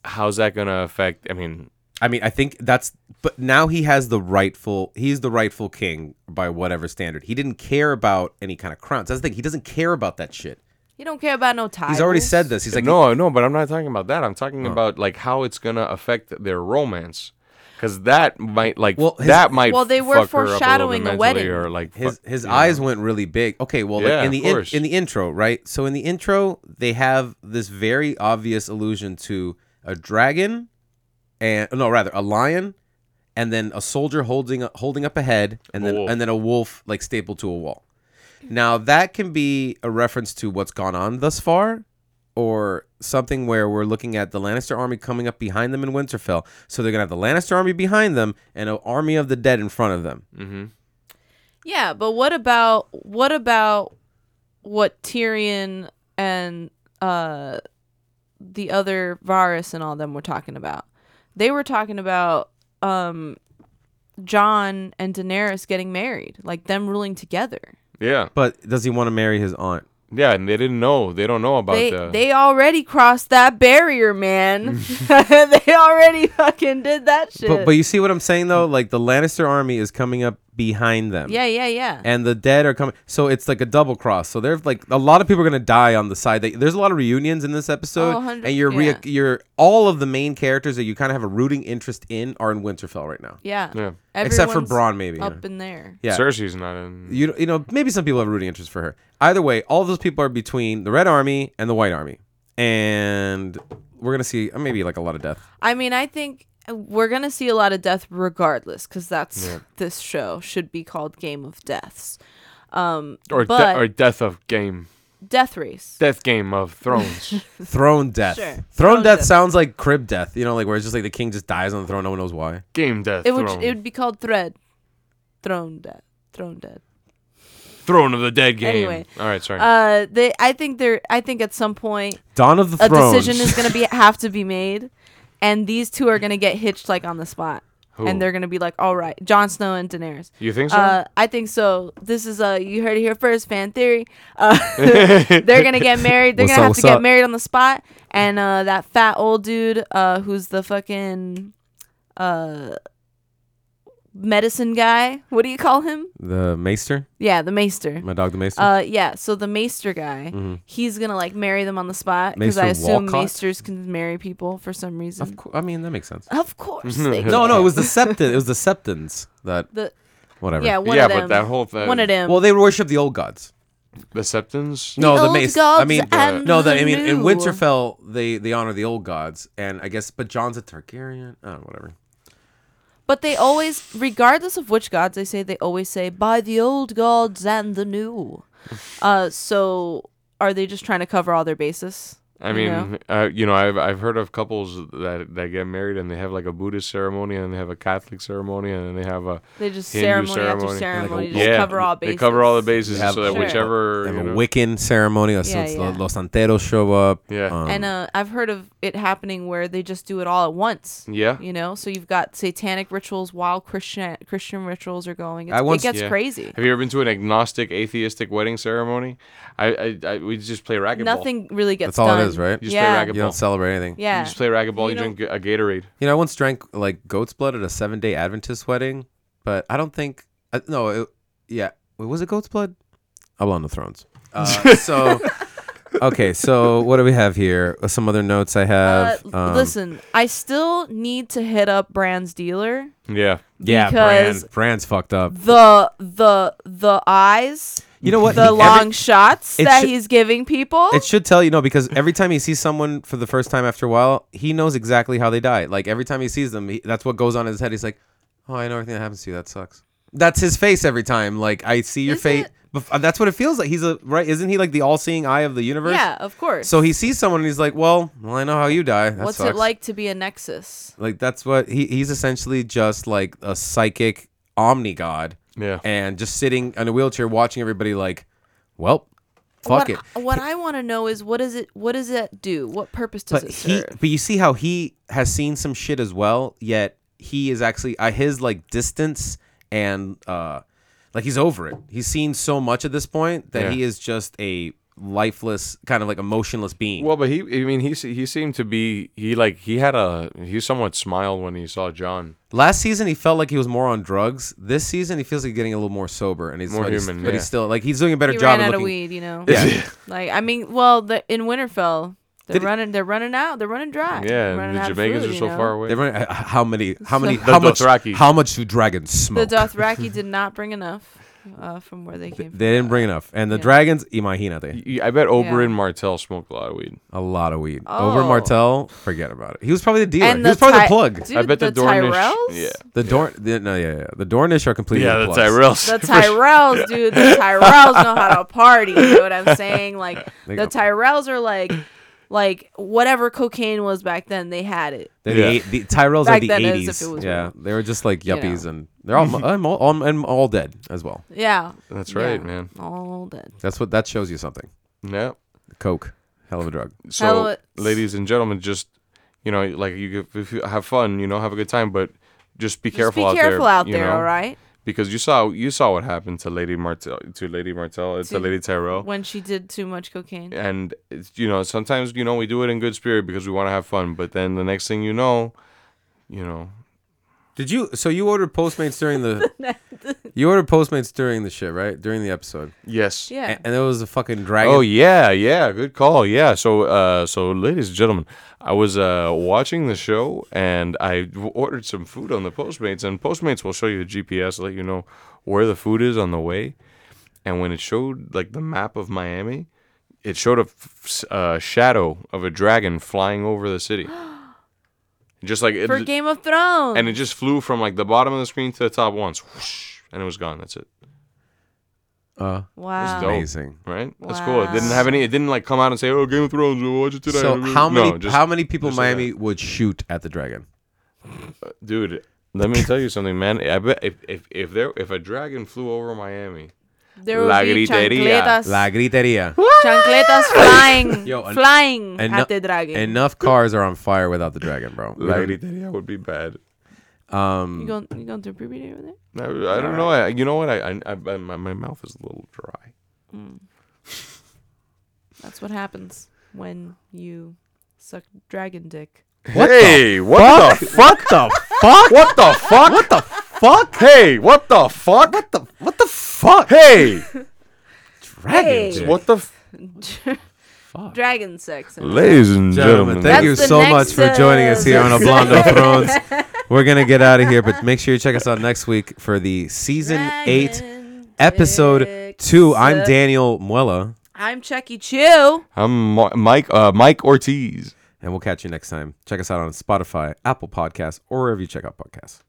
Speaker 2: how's that gonna affect? I mean,
Speaker 1: I mean, I think that's. But now he has the rightful. He's the rightful king by whatever standard. He didn't care about any kind of crowns. That's the thing. He doesn't care about that shit.
Speaker 3: you don't care about no titles.
Speaker 1: He's already said this. He's like,
Speaker 2: no, no, but I'm not talking about that. I'm talking
Speaker 1: Oh.
Speaker 2: about like how it's gonna affect their romance, because that might like
Speaker 1: Well, his-
Speaker 2: that might
Speaker 3: Well, they were
Speaker 2: fuck her up a little bit
Speaker 3: foreshadowing a
Speaker 2: mentally
Speaker 3: wedding.
Speaker 2: or like
Speaker 1: his
Speaker 2: fuck-
Speaker 1: his
Speaker 2: you know.
Speaker 1: eyes went really big. Okay, well, like
Speaker 2: Yeah,
Speaker 1: in the
Speaker 2: of
Speaker 1: in,
Speaker 2: course.
Speaker 1: in the intro, right? So in the intro, they have this very obvious allusion to a dragon, and no, rather a lion, and then a soldier holding a- holding up a head, and
Speaker 2: A
Speaker 1: then
Speaker 2: wolf.
Speaker 1: and then a wolf like stapled to a wall. Now that can be a reference to what's gone on thus far, or something where we're looking at the Lannister army coming up behind them in Winterfell. So they're gonna have the Lannister army behind them and an army of the dead in front of them.
Speaker 2: Mm-hmm.
Speaker 3: Yeah, but what about what about what Tyrion and uh the other Varus and all them were talking about? They were talking about um John and Daenerys getting married, like them ruling together.
Speaker 2: yeah,
Speaker 1: But does he want to marry his aunt?
Speaker 2: yeah, and they didn't know. They don't know about
Speaker 3: They
Speaker 2: the.
Speaker 3: they already crossed that barrier, man.
Speaker 2: Mm.
Speaker 3: they already fucking did that shit.
Speaker 1: But but you see what I'm saying though? Like the Lannister army is coming up behind them.
Speaker 3: yeah, yeah, yeah.
Speaker 1: And the dead are coming, so it's like a double cross. So there's like a lot of people are gonna die on the side. That, there's a lot of reunions in this episode,
Speaker 3: Oh, hundred-
Speaker 1: and you're re-
Speaker 3: yeah.
Speaker 1: you're all of the main characters that you kind of have a rooting interest in are in Winterfell right now,
Speaker 3: yeah.
Speaker 2: yeah,
Speaker 1: except for
Speaker 3: Everyone's
Speaker 1: Braun maybe.
Speaker 3: Up in there.
Speaker 1: yeah.
Speaker 2: Cersei's not in.
Speaker 1: you you know maybe some people have a rooting interest for her. Either way, all those people are between the Red Army and the White Army, and we're gonna see uh, maybe like a lot of death.
Speaker 3: I mean, I think uh, we're gonna see a lot of death regardless, because that's this show should be called Game of Deaths, um,
Speaker 2: or, de-
Speaker 3: but-
Speaker 2: or death of game,
Speaker 3: Death Race.
Speaker 2: death game of thrones.
Speaker 1: Throne death.
Speaker 3: Sure.
Speaker 1: Throne,
Speaker 3: Throne
Speaker 1: death,
Speaker 3: death.
Speaker 1: sounds like crib death. You know, like where it's just like the king just dies on the throne, no one knows why.
Speaker 2: game death.
Speaker 3: it would
Speaker 2: throne.
Speaker 3: it would be called Thread, Throne Death, Throne Dead.
Speaker 2: throne of the dead game.
Speaker 3: Anyway,
Speaker 2: All right, sorry.
Speaker 3: Uh, they I think they're I think at some point
Speaker 1: Dawn of the
Speaker 3: a
Speaker 1: Throne.
Speaker 3: decision is gonna be have to be made, and these two are gonna get hitched like on the spot,
Speaker 2: Who?
Speaker 3: and they're gonna be like, all right, Jon Snow and Daenerys.
Speaker 2: you think so?
Speaker 3: Uh, I think so. This is uh, you heard it here first, fan theory. Uh, they're gonna get married. They're
Speaker 1: What's
Speaker 3: gonna
Speaker 1: up,
Speaker 3: have
Speaker 1: what's
Speaker 3: to get
Speaker 1: up?
Speaker 3: married on the spot. And uh, that fat old dude, uh, who's the fucking uh, medicine guy. What do you call him?
Speaker 1: the Maester,
Speaker 3: Yeah, the maester.
Speaker 1: my dog, the Maester.
Speaker 3: Uh, yeah. So the maester guy, he's gonna like marry them on the spot because I
Speaker 1: Mm-hmm. Maester
Speaker 3: assume
Speaker 1: Walcott?
Speaker 3: maesters can marry people for some reason.
Speaker 1: of course, I mean that makes sense.
Speaker 3: Of course. they
Speaker 1: No,
Speaker 3: can.
Speaker 1: no, it was the Septon. It was the Septons that
Speaker 3: The,
Speaker 1: whatever.
Speaker 3: yeah, um, one
Speaker 2: yeah,
Speaker 3: of them.
Speaker 2: but that whole thing.
Speaker 3: one of them.
Speaker 1: Well, they worship the old gods.
Speaker 2: the septons.
Speaker 1: No, the
Speaker 3: old
Speaker 1: mace. I
Speaker 3: gods
Speaker 1: mean,
Speaker 3: and
Speaker 1: no, the, I
Speaker 3: the
Speaker 1: mean, in
Speaker 3: new.
Speaker 1: Winterfell, they they honor the old gods, and I guess, but John's a Targaryen. Oh, whatever.
Speaker 3: But they always, regardless of which gods they say, they always say by the old gods and the new. Uh, so are they just trying to cover all their bases?
Speaker 2: I
Speaker 3: You
Speaker 2: mean,
Speaker 3: know?
Speaker 2: Uh, you know, I've I've heard of couples that that get married and they have like a Buddhist ceremony and they have a Catholic ceremony and then they have a
Speaker 3: They just
Speaker 2: Hindu
Speaker 3: ceremony,
Speaker 2: ceremony. Yeah,
Speaker 3: after
Speaker 1: like a-
Speaker 3: ceremony, just cover all bases.
Speaker 2: They cover all the bases
Speaker 1: They have-
Speaker 2: so that
Speaker 3: Sure.
Speaker 2: whichever
Speaker 1: They have
Speaker 2: you
Speaker 1: a
Speaker 2: know,
Speaker 1: Wiccan ceremony. Or
Speaker 3: Yeah,
Speaker 1: since
Speaker 3: yeah.
Speaker 1: Los Santeros show up.
Speaker 2: Yeah.
Speaker 1: um,
Speaker 3: and uh, I've heard of it happening where they just do it all at once.
Speaker 2: Yeah.
Speaker 3: You know, so you've got satanic rituals while Christian Christian rituals are going. It's,
Speaker 1: I once-
Speaker 3: it gets
Speaker 2: Yeah.
Speaker 3: crazy.
Speaker 2: Have you ever been to an agnostic, atheistic wedding ceremony? I, I, I we just play racquetball.
Speaker 3: Nothing really gets
Speaker 1: That's all it
Speaker 3: done.
Speaker 1: is, right? You
Speaker 2: just play
Speaker 3: yeah.
Speaker 2: racquetball.
Speaker 1: you don't celebrate anything.
Speaker 3: Yeah.
Speaker 2: You just play racquetball. You,
Speaker 3: You
Speaker 2: drink a Gatorade.
Speaker 1: You know, I once drank like goat's blood at a seven day Adventist wedding, but I don't think. Uh, no, it, yeah. Wait, was it goat's blood? I'm on the thrones. Uh, so, okay, so what do we have here? Uh, Some other notes I have.
Speaker 3: Uh,
Speaker 1: um,
Speaker 3: listen, I still need to hit up Brand's dealer.
Speaker 2: Yeah.
Speaker 1: yeah,
Speaker 3: because-
Speaker 1: brand, brand's fucked up.
Speaker 3: The the the eyes,
Speaker 1: You know what?
Speaker 3: the
Speaker 1: Every-
Speaker 3: long shots
Speaker 1: it
Speaker 3: that
Speaker 1: should-
Speaker 3: he's giving people.
Speaker 1: It should tell you no, because every time he sees someone for the first time after a while, he knows exactly how they die. Like every time he sees them, he, that's what goes on in his head. He's like, "Oh, I know everything that happens to you. That sucks." That's his face every time. Like I see your
Speaker 3: Is
Speaker 1: fate.
Speaker 3: it-
Speaker 1: Bef- uh, that's what it feels like. He's a right, isn't he? Like the all-seeing eye of the universe.
Speaker 3: yeah, of course.
Speaker 1: So he sees someone and he's like, "Well, well I know how you die. That
Speaker 3: What's
Speaker 1: sucks."
Speaker 3: it like to be a Nexus?
Speaker 1: Like that's what he, he's essentially just like a psychic omni god,
Speaker 2: Yeah.
Speaker 1: and just sitting in a wheelchair watching everybody. Like, well, fuck
Speaker 3: what,
Speaker 1: it.
Speaker 3: What I want to know is what is it? What does it do? What purpose does
Speaker 1: but
Speaker 3: it
Speaker 1: he
Speaker 3: serve?
Speaker 1: but you see how he has seen some shit as well yet he is actually uh, his like distance and uh like he's over it he's seen so much at this point that
Speaker 2: Yeah.
Speaker 1: he is just a lifeless kind of like emotionless being
Speaker 2: Well, but he, I mean, he se- he seemed to be he like he had a he somewhat smiled when he saw John.
Speaker 1: last season he felt like he was more on drugs this season he feels like he's getting a little more sober and he's
Speaker 2: More
Speaker 1: but he's-
Speaker 2: human,
Speaker 1: but
Speaker 2: yeah.
Speaker 1: he's still like he's doing a better
Speaker 3: He
Speaker 1: job
Speaker 3: ran out
Speaker 1: of
Speaker 3: of
Speaker 1: looking
Speaker 3: weed, you know.
Speaker 1: yeah
Speaker 3: Like I mean, well, the, in Winterfell, they're
Speaker 1: Did it-
Speaker 3: running. They're running out. They're running dry.
Speaker 2: Yeah, and
Speaker 3: running
Speaker 2: the
Speaker 3: out of
Speaker 2: Jamaicans
Speaker 3: food,
Speaker 2: are
Speaker 3: you
Speaker 2: so
Speaker 3: know?
Speaker 2: far away.
Speaker 1: They run- uh, how many how many
Speaker 3: The
Speaker 1: how much
Speaker 2: Dothraki.
Speaker 1: how much do dragons
Speaker 3: The
Speaker 1: smoke
Speaker 3: Dothraki did not bring enough uh, from where they came from.
Speaker 1: they didn't bring enough and the
Speaker 3: Yeah.
Speaker 1: dragons imagínate
Speaker 2: Y- I bet Oberyn Martell smoked a lot of weed.
Speaker 1: A lot of weed. Over
Speaker 3: Oh.
Speaker 1: Martell, forget about it. He was probably the dealer.
Speaker 3: And
Speaker 1: he was probably
Speaker 3: Ty-
Speaker 1: the plug.
Speaker 3: Dude,
Speaker 2: I bet the,
Speaker 3: the
Speaker 2: Dornish.
Speaker 3: Tyrells?
Speaker 2: Yeah.
Speaker 1: The Dorn, the, no, yeah, yeah. The Dornish are completely the plugs.
Speaker 3: The Tyrells, dude. The Tyrells know how to party. You know what I'm saying? Like
Speaker 1: They go-
Speaker 3: the Tyrells are like, like whatever cocaine was back then, they had it.
Speaker 1: They're
Speaker 2: Yeah.
Speaker 1: The, eight, the Tyrells
Speaker 3: Back
Speaker 1: are the
Speaker 3: then, as if
Speaker 1: eighties.
Speaker 3: it was
Speaker 1: Yeah,
Speaker 3: real.
Speaker 1: they were just like
Speaker 3: You
Speaker 1: yuppies,
Speaker 3: know.
Speaker 1: and they're all, mu- I'm all, all, and all dead as well.
Speaker 3: Yeah.
Speaker 2: That's
Speaker 3: Yeah.
Speaker 2: right, man.
Speaker 3: All dead.
Speaker 1: That's what that shows you something.
Speaker 2: Yeah.
Speaker 1: Coke, hell of a drug.
Speaker 2: So,
Speaker 3: Hello, it's-
Speaker 2: ladies and gentlemen, just you know, like you, could- if you have fun, you know, have a good time, but just be careful
Speaker 3: Just
Speaker 2: out
Speaker 3: be careful
Speaker 2: there.
Speaker 3: out
Speaker 2: you
Speaker 3: there,
Speaker 2: know?
Speaker 3: all right?
Speaker 2: Because you saw you saw what happened to Lady Martell, to Lady Martell, uh, to,
Speaker 3: To-
Speaker 2: Lady Tyrell.
Speaker 3: When she did too much cocaine.
Speaker 2: and it's, you know sometimes you know we do it in good spirit because we want to have fun but then the next thing you know you know
Speaker 1: Did you? So you ordered Postmates during the, you ordered Postmates during the shit, right? During the episode,
Speaker 2: yes
Speaker 3: Yeah.
Speaker 1: and, and there was a fucking dragon.
Speaker 2: oh yeah yeah good call yeah so uh so ladies and gentlemen i was uh watching the show and i w- ordered some food on the postmates and postmates will show you a gps let you know where the food is on the way and when it showed like the map of miami it showed a f- s- uh, shadow of a dragon flying over the city just like it,
Speaker 3: For Game of Thrones.
Speaker 2: and it just flew from like the bottom of the screen to the top once, whoosh, and it was gone. That's it.
Speaker 1: Uh,
Speaker 3: wow.
Speaker 2: dope.
Speaker 1: amazing.
Speaker 2: Right? That's cool. It didn't have any. It didn't like come out and say, "Oh, Game of Thrones, we'll watch it today."
Speaker 1: So how
Speaker 2: No,
Speaker 1: many
Speaker 2: just-
Speaker 1: how many people in
Speaker 2: just like
Speaker 1: Miami would shoot at the dragon?
Speaker 2: dude? Let me tell you something, man. I bet if if if there if a dragon flew over Miami,
Speaker 3: There will
Speaker 2: La
Speaker 3: be
Speaker 2: gritería.
Speaker 3: chancletas.
Speaker 1: La griteria.
Speaker 3: chancletas flying.
Speaker 1: Yo, en-
Speaker 3: flying
Speaker 1: eno-
Speaker 3: at the dragon.
Speaker 1: Enough cars are on fire without the dragon, bro. We
Speaker 2: La
Speaker 1: don't-
Speaker 2: Griteria would be bad.
Speaker 1: Um,
Speaker 3: you going, you going to puberty over there?
Speaker 2: I, I don't know. I, you know what? I, I, I my, my mouth is a little dry.
Speaker 3: That's what happens when you suck dragon dick.
Speaker 1: What
Speaker 2: hey, what the fuck?
Speaker 1: the fuck?
Speaker 2: What the fuck? What the fuck? Hey, what the fuck? What the
Speaker 1: What the fuck?
Speaker 2: hey?
Speaker 1: Dragon
Speaker 3: Hey.
Speaker 1: dick.
Speaker 2: What the f-
Speaker 3: dragon sex. and-
Speaker 2: ladies and
Speaker 1: Gentlemen,
Speaker 2: gentlemen?
Speaker 1: thank you
Speaker 3: That's the
Speaker 1: so much for
Speaker 3: next,
Speaker 1: joining us
Speaker 3: uh,
Speaker 1: here on A Blonde of Thrones. We're gonna get out of here, but make sure you check us out next week for the season eight,
Speaker 3: Dragon
Speaker 1: episode
Speaker 3: dick
Speaker 1: two. I'm
Speaker 3: suck.
Speaker 1: Daniel Muella,
Speaker 3: I'm Chucky Chew.
Speaker 2: I'm Ma- Mike uh, Mike Ortiz.
Speaker 1: and we'll catch you next time. Check us out on Spotify, Apple Podcasts, or wherever you check out podcasts.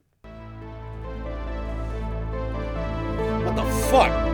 Speaker 2: What the fuck?